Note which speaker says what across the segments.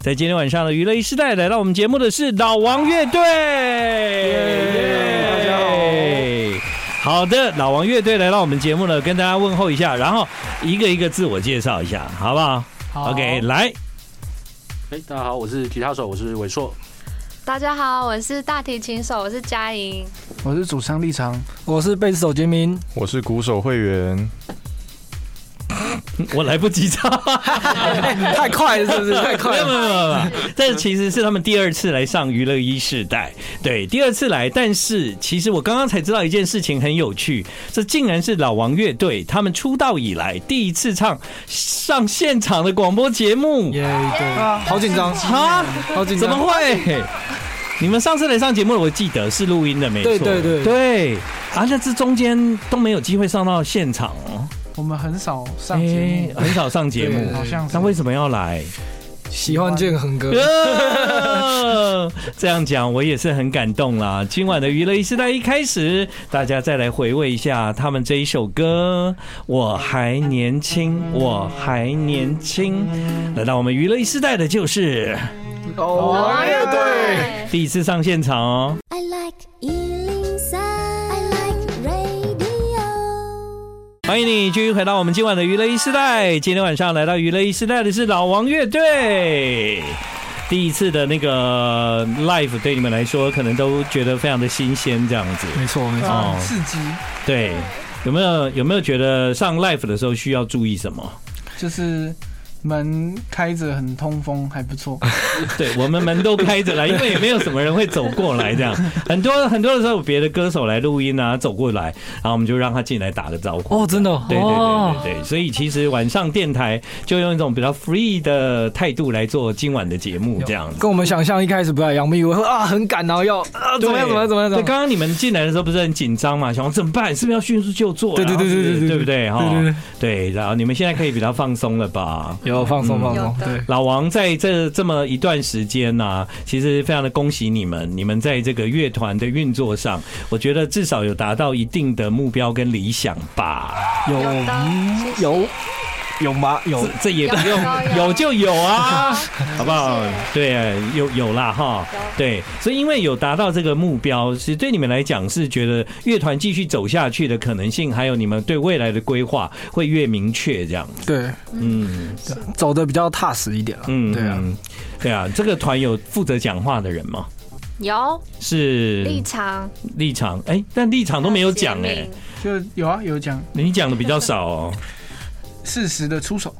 Speaker 1: 在今天晚上的娱乐一时代，来到我们节目的是老王乐队。
Speaker 2: 大家
Speaker 1: 好。好的，老王乐队来到我们节目呢，跟大家问候一下，然后一个一个自我介绍一下，好不好
Speaker 2: 好
Speaker 1: o k 来，
Speaker 2: 哎、大家好，我是吉他手，我是伟硕。
Speaker 3: 大家好，我是大提琴手，我是佳莹。
Speaker 4: 我是主唱立场，
Speaker 5: 我是贝斯手杰明，
Speaker 6: 我是鼓手会员，
Speaker 1: 我来不及唱，
Speaker 5: 太快了是不是？太
Speaker 1: 没
Speaker 5: 快
Speaker 1: 有没
Speaker 5: 了。
Speaker 1: 有没有没有，哎这其实是他们第二次来上娱乐一世代，对，第二次来，但是其实我刚刚才知道一件事情很有趣，这竟然是老王乐队他们出道以来第一次唱上现场的广播节目
Speaker 5: 耶，对，好紧 张，
Speaker 1: 啊！
Speaker 5: 好紧
Speaker 1: 怎么
Speaker 5: 张。
Speaker 1: 会？你们上次来上节目，我记得是录音的，没错，
Speaker 5: 对对对
Speaker 1: 对啊！那这中间都没有机会上到现场哦，
Speaker 4: 我们很少上节
Speaker 1: 哎很少上节
Speaker 5: 对
Speaker 4: 目，
Speaker 1: 目，
Speaker 4: 好像是
Speaker 1: 那为什么要来？
Speaker 5: 喜欢建恒哥，
Speaker 1: 呃 这样讲我也是很感动啦。今晚的娱乐一时代一开始，大家再来回味一下他们这一首歌《我还年轻》，我还年轻。来到我们娱乐一时代的就是
Speaker 3: 老
Speaker 5: 哦，
Speaker 3: 乐队，
Speaker 1: 第一次上现场哦。
Speaker 7: I like Ealing Sound. I like radio.
Speaker 1: 欢迎你继续回到我们今晚的娱乐一时代。今天晚上来到娱乐一时代的是老王乐队。第一次的那个 live 对你们来说，可能都觉得非常的新鲜，这样子。
Speaker 5: 没错没错。
Speaker 1: 哦
Speaker 4: 目，刺激，
Speaker 1: 对，有没有有没有觉得上 l i f e 的时候需要注意什么？
Speaker 4: 就是门开着很通风，还不错。
Speaker 1: 对我们门都开着啦，因为也没有什么人会走过来，这样很多很多的时候有别的歌手来录音啊，走过来，然后我们就让他进来打个招呼。
Speaker 5: 哦，真的哦，
Speaker 1: 对对
Speaker 5: 哦
Speaker 1: 对对对，所以其实晚上电台就用一种比较 free 的态度来做今晚的节目，这样子。
Speaker 5: 跟我们想象一开始不太一样，我们以为会啊很赶，然后要啊怎么样怎么样怎么样怎
Speaker 1: 对，
Speaker 5: 么样。
Speaker 1: 刚刚你们进来的时候不是很紧张嘛？想说怎么办？是不是要迅速就座？
Speaker 5: 对对对对对
Speaker 1: 对，
Speaker 5: 对
Speaker 1: 对不对？哈
Speaker 5: 对对对，
Speaker 1: 对，然后你们现在可以比较放松了吧？
Speaker 5: 有放松放松
Speaker 3: 有，的
Speaker 5: 对，
Speaker 1: 老王在这这么一段时间呐、其实非常的恭喜你们，你们在这个乐团的运作上，我觉得至少有达到一定的目标跟理想吧。
Speaker 3: 有的，谢谢
Speaker 5: 有有吗？有
Speaker 1: 这这也不用
Speaker 3: 有 有
Speaker 1: 有就有啊， 好不好
Speaker 3: 谢谢？
Speaker 1: 对，啊有有啦哈
Speaker 3: 有，
Speaker 1: 对，所以因为有达到这个目标，是对你们来讲是觉得乐团继续走下去的可能性，还有你们对未来的规划会越明确这样。啊
Speaker 5: 对，
Speaker 1: 嗯
Speaker 5: 走的比较踏实一点了。
Speaker 1: 嗯，
Speaker 5: 对啊，
Speaker 1: 嗯，对啊，这个团有负责讲话的人吗？
Speaker 3: 有
Speaker 1: 是
Speaker 3: 立场，
Speaker 1: 立场，哎、但立场都没有讲哎、
Speaker 3: 还有
Speaker 4: 就有啊，有讲
Speaker 1: 你讲的比较少 哦。
Speaker 4: 适时的出 手，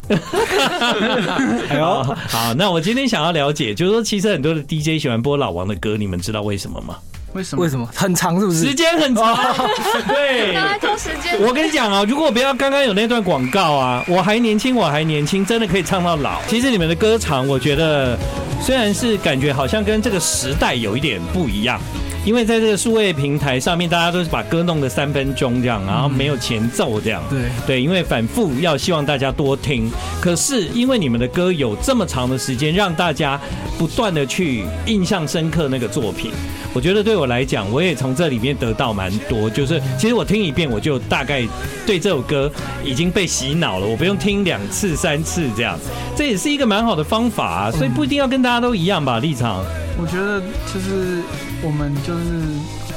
Speaker 1: 哎呦，好，那我今天想要了解，就是说，其实很多的 DJ 喜欢播老王的歌，你们知道为什么吗？
Speaker 4: 为什么
Speaker 5: 为？什么很长是不
Speaker 1: 时
Speaker 5: 是？
Speaker 1: 间很长，哦对
Speaker 3: 姓名，。拿来拖时间。
Speaker 1: 我跟你讲啊，如果不要刚刚有那段广告啊，我还年轻，我还年轻，真的可以唱到老。其实你们的歌长，我觉得虽然是感觉好像跟这个时代有一点不一样，因为在这个数位平台上面，大家都是把歌弄得三分钟这样，然后没有前奏这样。
Speaker 5: 对，
Speaker 1: 对，因为反复要希望大家多听，可是因为你们的歌有这么长的时间，让大家不断的去印象深刻那个作品，我觉得对我来讲，我也从这里面得到蛮多。就是其实我听一遍，我就大概对这首歌已经被洗脑了，我不用听两次、三次这样，这也是一个蛮好的方法、啊，所以不一定要跟大家都一样吧，立场。
Speaker 4: 我觉得就是我们就是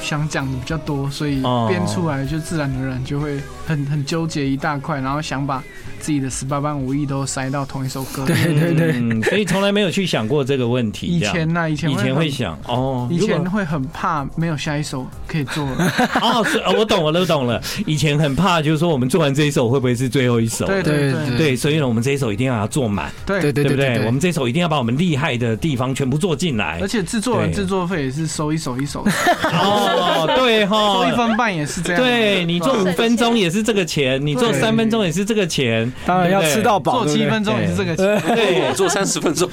Speaker 4: 想讲的比较多，所以
Speaker 1: 哦
Speaker 4: 编出来就自然而然就会很很纠结一大块，然后想把自己的十八般武艺都塞到同一首歌。
Speaker 5: 对对对，
Speaker 1: 嗯，所以从来没有去想过这个问题。
Speaker 4: 以
Speaker 1: 这样
Speaker 4: 前啊呢，以前
Speaker 1: 以前
Speaker 4: 很
Speaker 1: 会想哦，
Speaker 4: 以
Speaker 1: 如果
Speaker 4: 前会很怕没有下一首可以做了，
Speaker 1: 哦，是，哦我懂了，我懂了。以前很怕，就是说我们做完这一首会不会是最后一首？
Speaker 4: 对对对
Speaker 1: 对，所以呢，我们这一首一定要把它做满，
Speaker 4: 对
Speaker 5: 对对
Speaker 1: 不
Speaker 5: 对
Speaker 1: 我们这一首一定要把我们厉害的地方全部做进来
Speaker 4: 而。且制作人
Speaker 1: 对
Speaker 4: 制作费也是收一首一首的，
Speaker 1: 哦，对
Speaker 4: 收一
Speaker 5: 啊
Speaker 1: 哈。
Speaker 4: 分半也是这样。
Speaker 1: 对你做五分钟也是这个钱，你做
Speaker 4: 对
Speaker 1: 三分钟也是这个钱，
Speaker 5: 当然要
Speaker 1: 对不对
Speaker 5: 吃到饱，
Speaker 4: 做
Speaker 5: 对不对
Speaker 4: 七分钟也是这个钱。
Speaker 1: 对
Speaker 2: 我做三十分 钟，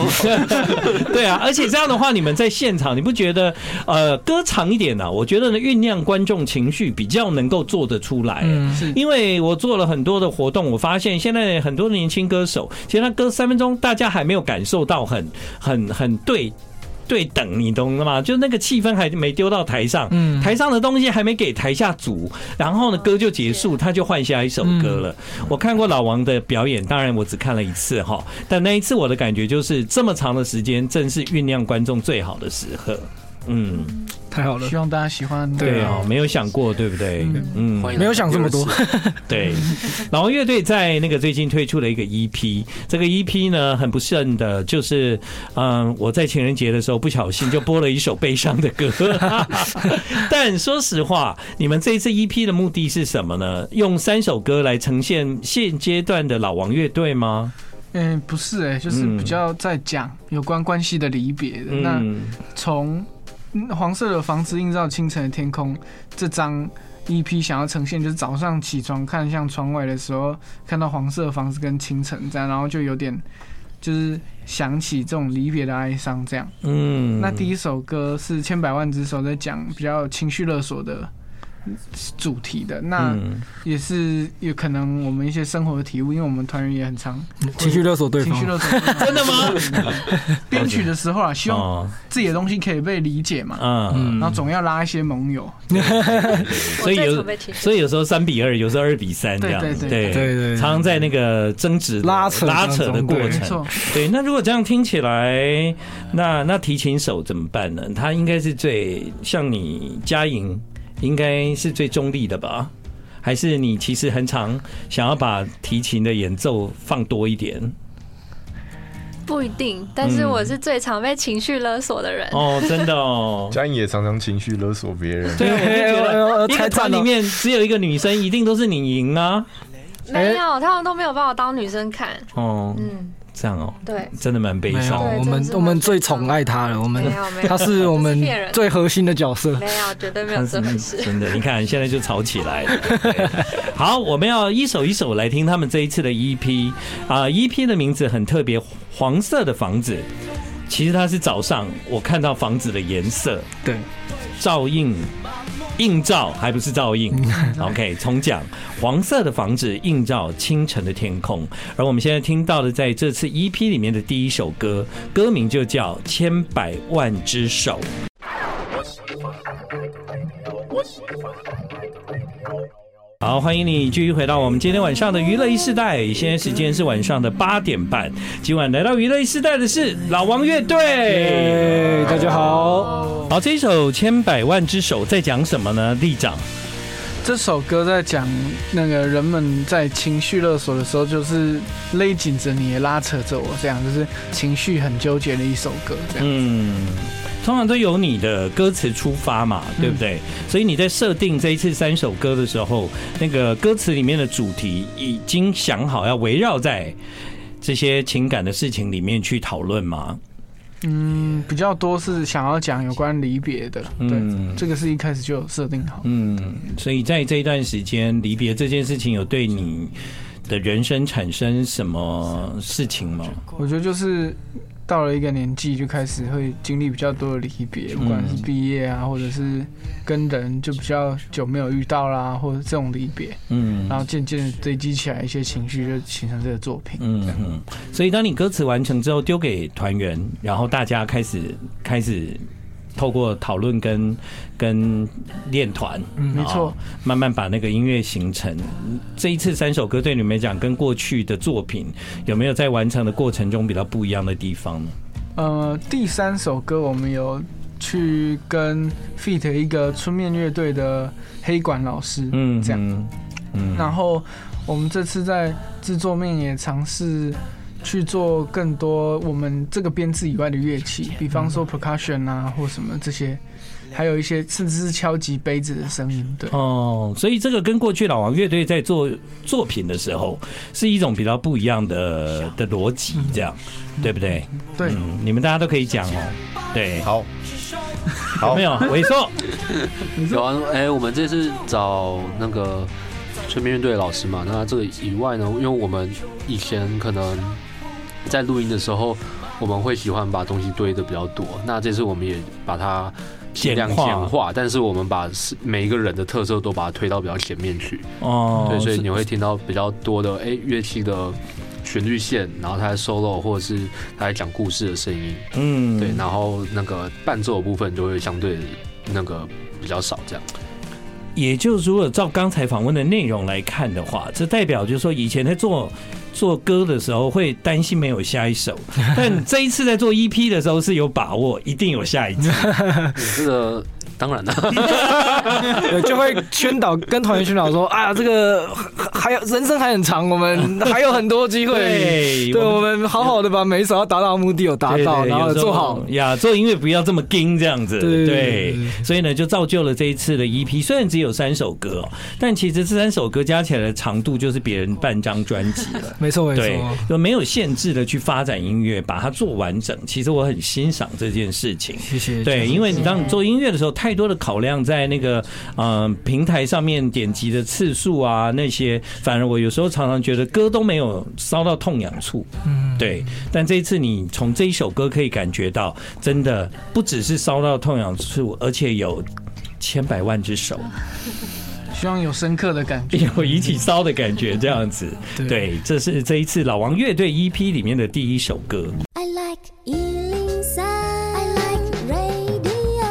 Speaker 1: 对啊，而且这样的话，你们在现场，你不觉得呃歌长一点呢、我觉得呢酝酿观众情绪比较能够做得出来。
Speaker 5: 嗯，
Speaker 4: 是
Speaker 1: 因为我做了很多的活动，我发现现在很多的年轻歌手，其实他歌三分钟，大家还没有感受到很很很对。对等，你懂了吗？就那个气氛还没丢到台上，
Speaker 5: 嗯
Speaker 1: 台上的东西还没给台下足，然后呢歌就结束，他就换下一首歌了。
Speaker 5: 嗯
Speaker 1: 我看过老王的表演，当然我只看了一次哈，但那一次我的感觉就是这么长的时间，正是酝酿观众最好的时刻。嗯，
Speaker 5: 太好了
Speaker 4: 希，望大家喜欢。
Speaker 5: 对啊
Speaker 1: 哦，没有想过，对不对？嗯
Speaker 2: 欢迎来到
Speaker 5: 没有想这么多
Speaker 2: 第二次，
Speaker 1: 对，老王乐队在那个最近推出了一个 EP，这个 EP 呢很不慎的，就是嗯，我在情人节的时候不小心就播了一首悲伤的歌。但说实话，你们这一次 EP 的目的是什么呢？用三首歌来呈现现阶段的老王乐队吗？
Speaker 4: 嗯，不是哎、就是比较在讲有关关系的离别的。那
Speaker 1: 嗯，
Speaker 4: 从嗯黄色的房子映照清晨的天空这张 EP 想要呈现，就是早上起床看向窗外的时候，看到黄色的房子跟清晨这样，然后就有点就是想起这种离别的哀伤这样。
Speaker 1: 嗯
Speaker 4: 那第一首歌是《千百万只手》，在讲比较情绪勒索的主题的，那
Speaker 1: 嗯
Speaker 4: 也是有可能我们一些生活的体悟，因为我们团员也很常
Speaker 5: 情绪勒索对
Speaker 4: 情
Speaker 5: 方
Speaker 4: 绪，勒索。 真
Speaker 1: 的吗？
Speaker 4: 编曲的时候啊，希望
Speaker 1: 哦，
Speaker 4: 自己的东西可以被理解嘛，
Speaker 1: 嗯，
Speaker 4: 然后总要拉一些盟友。
Speaker 1: 所以
Speaker 3: 我最
Speaker 1: 有
Speaker 3: 常被情绪
Speaker 1: 所以有时候三比二，有时候二比三这样，
Speaker 4: 对对
Speaker 5: 对
Speaker 4: 对
Speaker 5: 对对
Speaker 1: 常常在那个争执的、
Speaker 5: 拉扯
Speaker 1: 拉扯的
Speaker 5: 当中
Speaker 1: 过
Speaker 5: 对
Speaker 4: 没
Speaker 1: 程。
Speaker 4: 错，
Speaker 1: 对，那如果这样听起来，那那提琴手怎么办呢？他应该是最像你嘉莹，应该是最中立的吧？还是你其实很常想要把提琴的演奏放多一点？
Speaker 3: 不一定，但是我是最常被情绪勒索的人。
Speaker 1: 哦，真的哦。
Speaker 6: 嘉颖也常常情绪勒索别人，
Speaker 1: 对啊，
Speaker 5: 哎呦哎呦哎
Speaker 1: 我就觉
Speaker 5: 呦
Speaker 1: 得一
Speaker 5: 太
Speaker 1: 个团
Speaker 5: 赞了
Speaker 1: 里面只有一个女生，一定都是你赢啊！
Speaker 3: 没
Speaker 1: 哎
Speaker 3: 有，他们都没有把我当女生看。
Speaker 1: 哦，
Speaker 3: 嗯，
Speaker 1: 这样哦，
Speaker 3: 对，
Speaker 1: 真的蛮悲
Speaker 5: 没有，
Speaker 1: 伤。
Speaker 5: 我
Speaker 3: 对真
Speaker 5: 们
Speaker 3: 的是啊
Speaker 5: 我们最宠爱他了，我们
Speaker 3: 没有没 有
Speaker 5: 他是我们
Speaker 3: 这是骗人
Speaker 5: 最核心的角色，
Speaker 3: 没有，绝对没有这回事。
Speaker 1: 真的，你看现在就吵起来了。对好，我们要一首一首来听他们这一次的 EP 啊、e p 的名字很特别，黄色的房子。其实它是早上我看到房子的颜色
Speaker 5: 对，
Speaker 1: 照映，映照还不是照映。OK，重 讲，黄色的房子映照清晨的天空。而我们现在听到的，在这次 EP 里面的第一首歌，歌名就叫《千百万只手》。好，欢迎你继续回到我们今天晚上的娱乐一世代，现在时间是晚上的八点半。今晚来到娱乐一世代的是老王乐队。
Speaker 5: 哎，大家 好，
Speaker 1: 好，这一首《千百万之手》在讲什么呢？立长，
Speaker 4: 这首歌在讲那个人们在情绪勒索的时候，就是勒紧着你，也拉扯着我，这样就是情绪很纠结的一首歌。这样，
Speaker 1: 嗯，通常都由你的歌词出发嘛，对不对？所以你在设定这一次三首歌的时候，那个歌词里面的主题已经想好要围绕在这些情感的事情里面去讨论吗？
Speaker 4: 嗯，比较多是想要讲有关离别的。对，
Speaker 1: 嗯
Speaker 4: 这个是一开始就有设定好。
Speaker 1: 嗯，所以在这一段时间，离别这件事情有对你的人生产生什么事情吗？
Speaker 4: 我觉得就是到了一个年纪，就开始会经历比较多的离别，不管是毕业啊，或者是跟人就比较久没有遇到啦，或者这种离别，
Speaker 1: 嗯
Speaker 4: 然后渐渐地堆积起来一些情绪，就形成这个作品。
Speaker 1: 嗯嗯，所以当你歌词完成之后，丢给团员，然后大家开始开始透过讨论跟跟练团，
Speaker 4: 嗯没错
Speaker 1: 哦，慢慢把那个音乐形成。这一次三首歌对你们来讲，跟过去的作品有没有在完成的过程中比较不一样的地方呢？
Speaker 4: 呃，第三首歌我们有去跟 feat 一个春面乐队的黑管老师，
Speaker 1: 嗯，
Speaker 4: 这样。
Speaker 1: 样，嗯
Speaker 4: 然后我们这次在制作面也尝试去做更多我们这个编制以外的乐
Speaker 1: 嗯
Speaker 4: 器，比方说 percussion 啊，或什么这些，还有一些甚至是敲击杯子的声音，对。
Speaker 1: 哦，所以这个跟过去老王乐队在做作品的时候，是一种比较不一样的的逻辑，这样，对不对？
Speaker 4: 对
Speaker 1: 嗯，你们大家都可以讲哦。对， 有
Speaker 6: 好，好
Speaker 1: 没，有猥琐？
Speaker 2: 有啊，哎、我们这次找那个春兵乐队的老师嘛，那这个以外呢，因为我们以前可能在录音的时候，我们会喜欢把东西堆的比较多，那这次我们也把它尽量
Speaker 1: 简
Speaker 2: 简
Speaker 1: 化
Speaker 2: 化，但是我们把是每一个人的特色都把它推到比较前面去，
Speaker 1: 哦，
Speaker 2: 对，所以
Speaker 1: 是
Speaker 2: 你会听到比较多的哎乐、器的。旋律线，然后他在 solo 或者是他在讲故事的声音，
Speaker 1: 嗯，
Speaker 2: 对，然后那个伴奏的部分就会相对那个比较少 这样。
Speaker 1: 也就是如果照刚才访问的内容来看的话，这代表就是说以前在做做歌的时候会担心没有下一首，但这一次在做 EP 的时候是有把握，一定有下一集。
Speaker 2: 嗯这个当然了，
Speaker 5: 对就会宣导跟团员宣导说啊，这个还有人生还很长，我 们还有很多机会。对，我们好好的把每一首要达到的目的有达到，
Speaker 1: 对对
Speaker 5: 然后
Speaker 1: 有时候
Speaker 5: 做好。
Speaker 1: 呀，做音乐不要这么硬这样子，
Speaker 5: 对
Speaker 1: 对，所以呢就造就了这一次的 EP，虽然只有三首歌哦，但其实这三首歌加起来的长度就是别人半张专辑了。
Speaker 5: 没 错没
Speaker 1: 对
Speaker 5: 错，，
Speaker 1: 就没有限制的去发展音乐，把它做完整。其实我很欣赏这件事情。
Speaker 5: 谢谢。
Speaker 1: 对，因为你当你做音乐的时候，太多的考量在那个嗯、呃平台上面点击的次数啊那些，反而我有时候常常觉得歌都没有烧到痛痒处。嗯，对。但这一次你从这一首歌可以感觉到，真的不只是烧到痛痒处，而且有。千百万只手
Speaker 4: 希望有深刻的感觉。
Speaker 1: 有一起烧的感觉，这样 子，
Speaker 5: 对
Speaker 1: 对，这是这一次老王乐队 EP 里面的第一首歌。
Speaker 7: I like Ealing Sound. I like radio.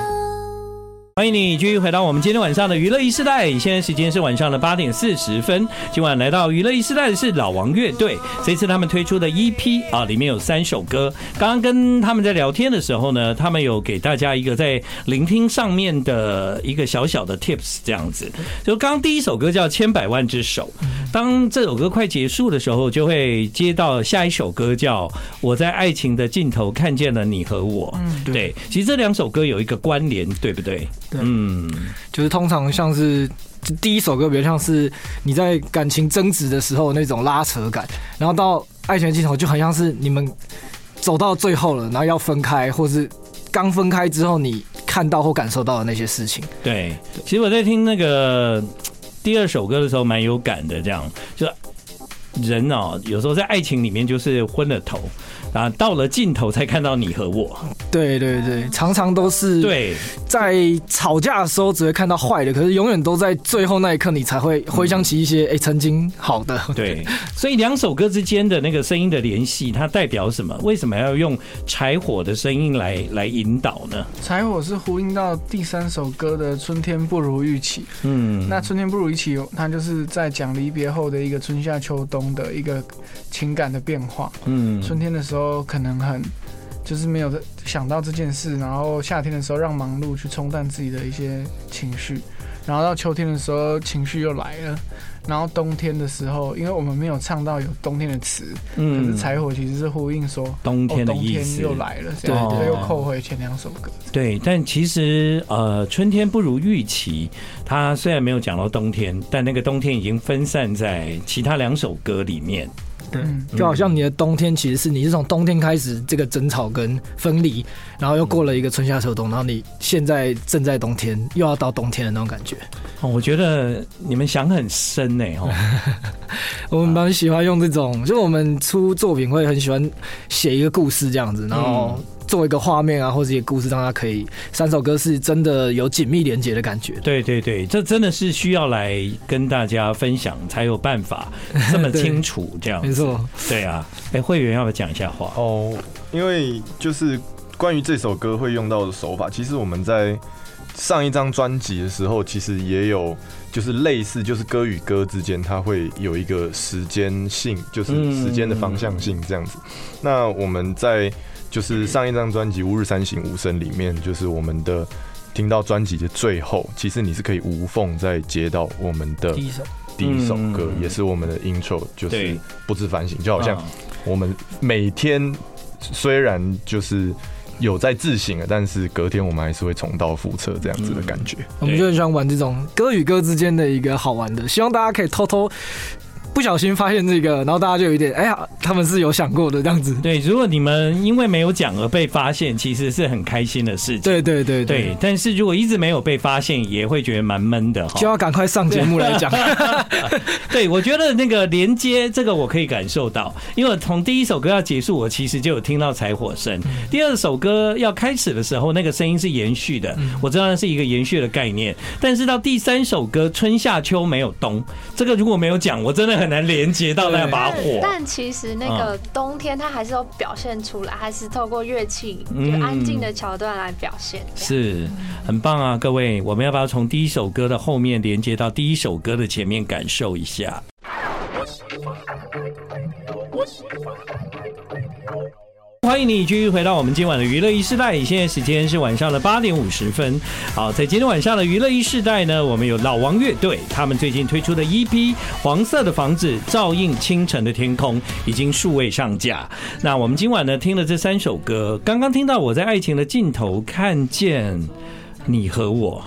Speaker 1: 欢迎你继续回到我们今天晚上的娱乐一世代，现在时间是晚上的八点四十分。今晚来到娱乐一世代的是老王乐队，这次他们推出的 EP 啊，里面有三首歌。刚刚跟他们在聊天的时候呢，他们有给大家一个在聆听上面的一个小小的 tips，这样子。就刚刚第一首歌叫《千百万只手》，当这首歌快结束的时候，就会接到下一首歌叫《我在爱情的尽头看见了你和我》。对，其实这两首歌有一个关联，对不对？
Speaker 5: 对
Speaker 1: 嗯，
Speaker 5: 就是通常像是第一首歌，比较像是你在感情争执的时候那种拉扯感，然后到爱情的尽头就很像是你们走到最后了，然后要分开，或是刚分开之后你看到或感受到的那些事情。
Speaker 1: 对。其实我在听那个第二首歌的时候，蛮有感的。这样，就人哦，有时候在爱情里面就是昏了头，啊，到了尽头才看到你和我。
Speaker 5: 对对对，常常都 是
Speaker 1: 对，
Speaker 5: 在吵架的时候只会看到坏的，可是永远都在最后那一刻你才会回想起一些哎、诶曾经好的。
Speaker 1: 对，所以两首歌之间的那个声音的联系，它代表什么？为什么要用柴火的声音来来引导呢？
Speaker 4: 柴火是呼应到第三首歌的《春天不如预期》。
Speaker 1: 嗯，
Speaker 4: 那《春天不如预期》有，它就是在讲离别后的一个春夏秋冬的一个情感的变化。
Speaker 1: 嗯
Speaker 4: 春天的时候可能很就是没有想到这件事，然后夏天的时候让忙碌去冲淡自己的一些情绪，然后到秋天的时候情绪又来了，然后冬天的时候，因为我们没有唱到有冬天的词，可是柴火其实是呼应说。
Speaker 1: 嗯哦冬
Speaker 4: 哦
Speaker 1: 天，的
Speaker 4: 冬
Speaker 1: 意
Speaker 4: 天
Speaker 1: 思，
Speaker 4: 又来了，这样
Speaker 1: 对对
Speaker 4: 所以又扣回前两首歌。
Speaker 1: 对，但其实呃，春天不如预期。它虽然没有讲到冬天，但那个冬天已经分散在其他两首歌里面。
Speaker 5: 对
Speaker 4: 嗯，
Speaker 5: 就好像你的冬天其实是你是从冬天开始这个争吵跟分离，然后又过了一个春夏秋冬，然后你现在正在冬天，又要到冬天的那种感觉。
Speaker 1: 哦，我觉得你们想很深呢、哦，
Speaker 5: 我们蛮喜欢用这种，就我们出作品会很喜欢写一个故事这样子，然后做一个画面啊，或者一个故事，让它可以三首歌是真的有紧密连接的感觉。
Speaker 1: 对对对，这真的是需要来跟大家分享才有办 法这么
Speaker 5: 对
Speaker 1: 清楚这样
Speaker 5: 没。错，
Speaker 1: 对啊，哎、会员要不要讲一下话？
Speaker 6: 哦，因为就是关于这首歌会用到的手法，其实我们在上一张专辑的时候，其实也有就是类似，就是歌与歌之间，它会有一个时间性，就是
Speaker 1: 嗯
Speaker 6: 时间的方向性这样子。那我们在就是上一张专辑《吾日三省吾身》里面，就是我们的。听到专辑的最后，其实你是可以无缝再接到我们的
Speaker 5: 一首，
Speaker 6: 第一首歌，
Speaker 1: 嗯
Speaker 6: 也是我们的 intro，就是
Speaker 1: 对
Speaker 6: 不知反省，就好像
Speaker 1: 啊
Speaker 6: 我们每天虽然就是有在自省了，但是隔天我们还是会重蹈覆辙这样子的感觉。
Speaker 5: 我们就很喜欢玩这种歌与歌之间的一个好玩的，希望大家可以偷偷不小心发现这个，然后大家就有一点哎呀，他们是有想过的这样子。
Speaker 1: 对，如果你们因为没有讲而被发现，其实是很开心的事情。
Speaker 5: 对对对
Speaker 1: 对，但是如果一直没有被发现，也会觉得蛮闷的哈。
Speaker 5: 就要赶快上节目来讲。
Speaker 1: 对，我觉得那个连接这个我可以感受到，因为我从第一首歌要结束，我其实就有听到柴火声；第二首歌要开始的时候，那个声音是延续的，我知道那是一个延续的概念。但是到第三首歌《春夏秋没有冬》，这个如果没有讲，我真的很难连接到那把火。
Speaker 3: 但其实那个冬天它还是有表现出来，还是透过乐器就安静的桥段来表现。这样
Speaker 1: 嗯是很棒啊，各位！我们要不要从第一首歌的后面连接到第一首歌的前面，感受一下？欢迎你继续回到我们今晚的娱乐一世代，现在时间是晚上的八点五十分。好，在今天晚上的娱乐一世代呢，我们有老王乐队，他们最近推出的 EP《黄色的房子照映清晨的天空》已经数位上架。那我们今晚呢听了这三首歌，刚刚听到我在爱情的尽头看见你和我，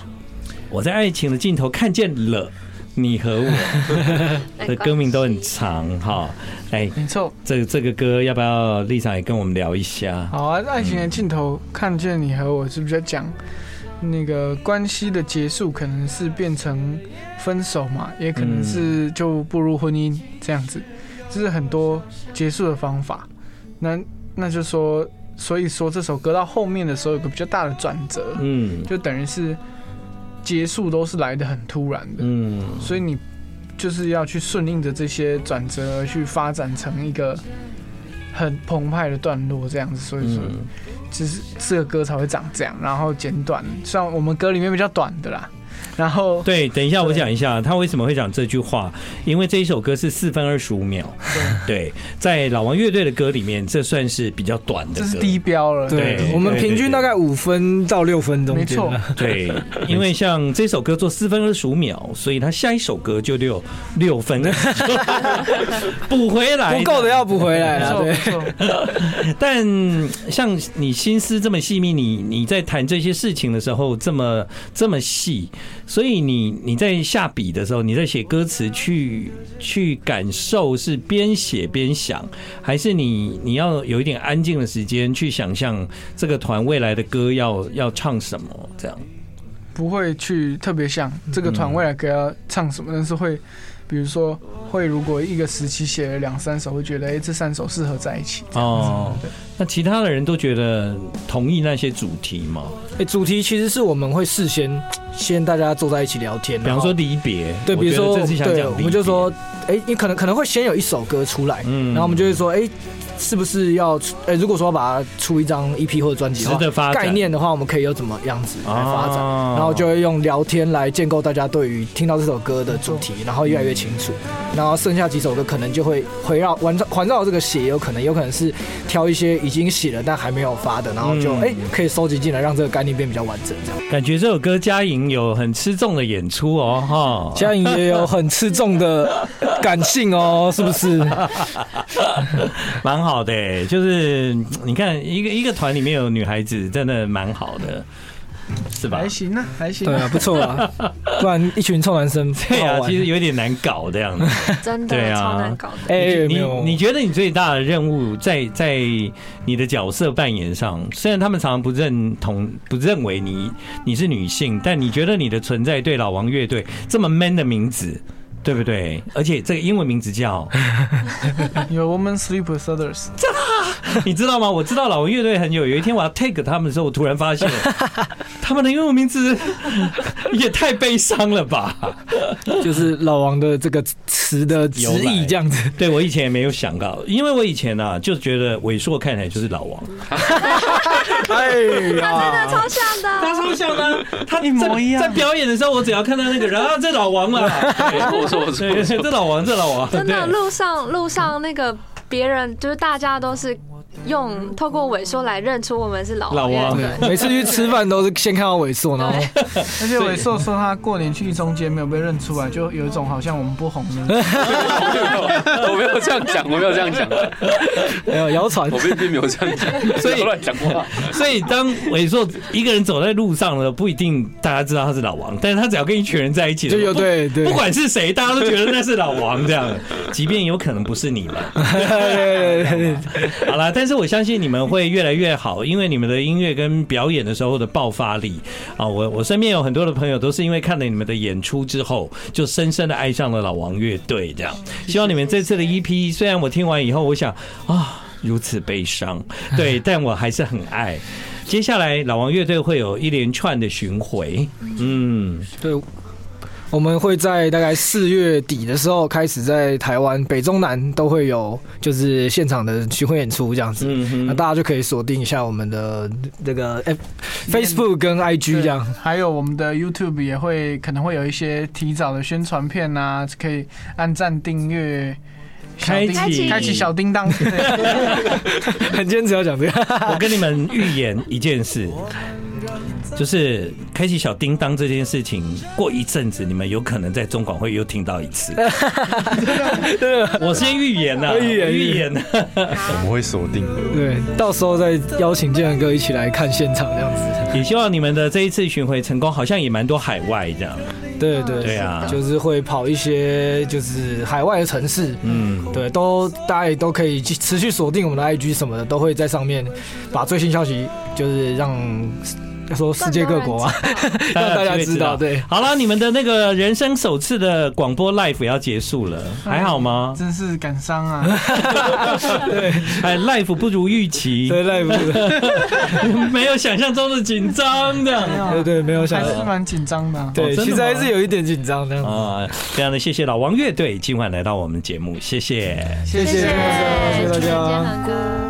Speaker 1: 我在爱情的尽头看见了你和我的
Speaker 3: 没关系
Speaker 1: 歌名都很长哈。哎，
Speaker 4: 没错。
Speaker 1: 这这个歌要不要立场也跟我们聊一下？
Speaker 4: 好啊，爱情的尽头，看见你和我是不是在讲那个关系的结束，可能是变成分手嘛，也可能是就步入婚姻这样子，这是很多结束的方法。那那就说，所以说这首歌到后面的时候有个比较大的转折，
Speaker 1: 嗯
Speaker 4: 就等于是结束都是来的很突然的，
Speaker 1: 嗯，
Speaker 4: 所以你就是要去顺应着这些转折而去发展成一个很澎湃的段落这样子，所以说。
Speaker 1: 嗯
Speaker 4: 只是这个歌才会长这样，然后简短，像我们歌里面比较短的啦。然后
Speaker 1: 对，等一下我讲一下他为什么会讲这句话，因为这一首歌是四分二十五秒，对，在老王乐队的歌里面，这算是比较短的
Speaker 4: 这
Speaker 1: 歌，
Speaker 4: 是低标了，
Speaker 1: 对
Speaker 5: 对，我们平均大概五分到六分钟
Speaker 4: 没
Speaker 5: 间
Speaker 4: 错
Speaker 5: 吧，，
Speaker 1: 对，因为像这首歌做四分二十五秒，所以他下一首歌就六六 分，补回来
Speaker 5: 不够的。要补回来
Speaker 4: 没
Speaker 5: 了。
Speaker 4: 错，没
Speaker 5: 对，
Speaker 4: 错。
Speaker 1: 但像你心思这么细密，你你在谈这些事情的时候这么这么细，所以你你在下笔的时候，你在写歌词去去感受是边写边想，还是你你要有一点安静的时间去想象这个团未来的歌要要唱什么这样？
Speaker 4: 不会去特别想这个团未来歌要唱什么，但是会，比如说会，如果一个时期写了两三首，会觉得哎、这三首适合在一起。
Speaker 1: 哦
Speaker 4: 对，
Speaker 1: 那其他的人都觉得同意那些主题吗？
Speaker 5: 哎，主题其实是我们会事先先大家坐在一起聊天，
Speaker 1: 比方说离别，
Speaker 5: 对，
Speaker 1: 我
Speaker 5: 比如
Speaker 1: 觉得
Speaker 5: 说
Speaker 1: 这次想
Speaker 5: 对，
Speaker 1: 讲
Speaker 5: 我
Speaker 1: 离
Speaker 5: 们就
Speaker 1: 别
Speaker 5: 说，哎，你可能可能会先有一首歌出来，
Speaker 1: 嗯
Speaker 5: 然后我们就会说，哎，是不是要出？哎，如果说要把它出一张 EP 或者专辑的话
Speaker 1: 值得发展
Speaker 5: 概念的话，我们可以有怎么样子来发展？
Speaker 1: 哦
Speaker 5: 然后就会用聊天来建构大家对于听到这首歌的主题，然后越来越清楚。然后剩下几首歌可能就会围绕环绕环绕这个写，有可能有可能是挑一些已经写了但还没有发的，然后就
Speaker 1: 嗯
Speaker 5: 哎、可以收集进来，让这个概念变比较完整。这样，
Speaker 1: 感觉这首歌嘉莹有很吃重的演出哦，哈。
Speaker 5: 嘉颖也有很吃重的感性哦，是不是？
Speaker 1: 蛮好的、就是嗯你看一个一个团里面有女孩子，真的蛮好的，是吧
Speaker 4: 还？行啊，还 行
Speaker 5: 对
Speaker 4: 啊。
Speaker 5: 啊，不错啊，不然一群臭男生不
Speaker 1: 对
Speaker 5: 好
Speaker 1: 啊，
Speaker 5: 玩
Speaker 1: 其实有点难搞这样子。
Speaker 3: 真的
Speaker 1: 对啊
Speaker 3: 超难搞的。
Speaker 5: 哎、
Speaker 1: 你
Speaker 5: 没
Speaker 1: 你
Speaker 5: 有
Speaker 1: 你觉得你最大的任务在在你的角色扮演上，虽然他们常常不认同、不认为你你是女性，但你觉得你的存在对老王乐队这么 man 的名字，对不对？而且这个英文名字叫，
Speaker 4: 有 Woman Sleep with Others，
Speaker 1: 你知道吗？我知道老王乐队很久，有一天我要 take 他们的时候，我突然发现 他们的英文名字 也太悲伤了吧。
Speaker 5: 就是老王的这个词的直
Speaker 1: 由来
Speaker 5: 译这样子，
Speaker 1: 对我以前也没有想到，因为我以前啊就觉得伟硕看起来就是老王，
Speaker 5: 哎
Speaker 3: 他
Speaker 1: 啊
Speaker 5: 呀，
Speaker 3: 超像的，
Speaker 1: 超像的，他一模一样。在表演的时候，我只要看到那个人啊，这老王了，
Speaker 2: 我说 我说
Speaker 1: 对，
Speaker 2: 我
Speaker 1: 这
Speaker 2: 说，
Speaker 1: 老王，这老王，
Speaker 3: 真的
Speaker 1: 对
Speaker 3: 路上路上那个别人就是大家都是用透过尾说来认出我们是老
Speaker 1: 老王
Speaker 3: 王
Speaker 1: 对
Speaker 3: 乐
Speaker 5: 每次去吃饭都是先看到伟硕，然后
Speaker 3: 队。
Speaker 4: 而且伟硕说他过年去一中街没有被认出来，就有一种好像我们不红了。
Speaker 2: 我没有这样讲，我没有这样 讲，
Speaker 5: 没有哎谣传
Speaker 2: 我，并并没有这样讲，
Speaker 1: 所以
Speaker 2: 不要乱讲话。
Speaker 1: 所以当伟硕一个人走在路上呢，不一定大家知道他是老王，但是他只要跟一群人在一起，
Speaker 5: 就有
Speaker 1: 不。
Speaker 5: 对对
Speaker 1: 不管是谁，大家都觉得那是老王这样，即便有可能不是你们。
Speaker 5: 对对对，
Speaker 1: 好啦，但是我相信你们会越来越好，因为你们的音乐跟表演的时候的爆发力啊，我我身边有很多的朋友都是因为看了你们的演出之后，就深深的爱上了老王乐队这样。 希望你们这次的 EP，虽然我听完以后，我想啊。如此悲 伤，对，但我还是很爱。接下来，老王乐队会有一连串的巡回，嗯，
Speaker 5: 对，我们会在大概四月底的时候开始在台湾北中南都会有就是现场的巡回演出这样子，
Speaker 1: 嗯
Speaker 5: 那
Speaker 1: 哼，
Speaker 5: 大家就可以锁定一下我们的这个 F-
Speaker 1: 嗯
Speaker 5: Facebook 跟 IG 这样。
Speaker 4: 还有我们的 YouTube 也会可能会有一些提早的宣传片啊，可以按赞订阅。小
Speaker 1: 开
Speaker 4: 叮
Speaker 1: 启
Speaker 4: 开启小叮当，对
Speaker 5: 很坚持要讲这个，
Speaker 1: 我跟你们预言一件事，就是开启小叮当这件事情，过一阵子你们有可能在中广会又听到一次。 我先预言呐、
Speaker 5: 预言
Speaker 1: 预言。啊嗯
Speaker 6: 我们会锁定的。
Speaker 5: 对，到时候再邀请建仁哥一起来看现场这样子。
Speaker 1: 也希望你们的这一次巡回成功，好像也蛮多海外这样。
Speaker 5: 对对
Speaker 1: 对啊
Speaker 5: 就是会跑一些就是海外的城市，
Speaker 1: 嗯，
Speaker 5: 对，都大家也都可以去持续锁定我们的 IG 什么的，都会在上面把最新消息就是让要说世界各国啊，让大家知道。对，
Speaker 1: 好了，你们的那个人生首次的广播 live 也要结束了，还好 吗？
Speaker 4: 真是感伤啊！
Speaker 1: 哎，live 不如预期，
Speaker 5: 对 live，
Speaker 1: 没有想象中的紧张
Speaker 4: 没
Speaker 1: 的。
Speaker 5: 对
Speaker 4: 有
Speaker 5: 对，没有想
Speaker 4: 还 是
Speaker 5: 到，
Speaker 4: 蛮紧张哦的啊。
Speaker 5: 对，
Speaker 1: 哦真的吗
Speaker 5: 其实还是有一点紧张这样子。
Speaker 1: 啊，非常的谢谢老王乐队今晚来到我们节目，谢谢。
Speaker 5: 谢
Speaker 3: 谢
Speaker 5: 谢
Speaker 3: 谢
Speaker 5: 大家，谢谢大
Speaker 3: 今
Speaker 5: 家
Speaker 3: 天。很高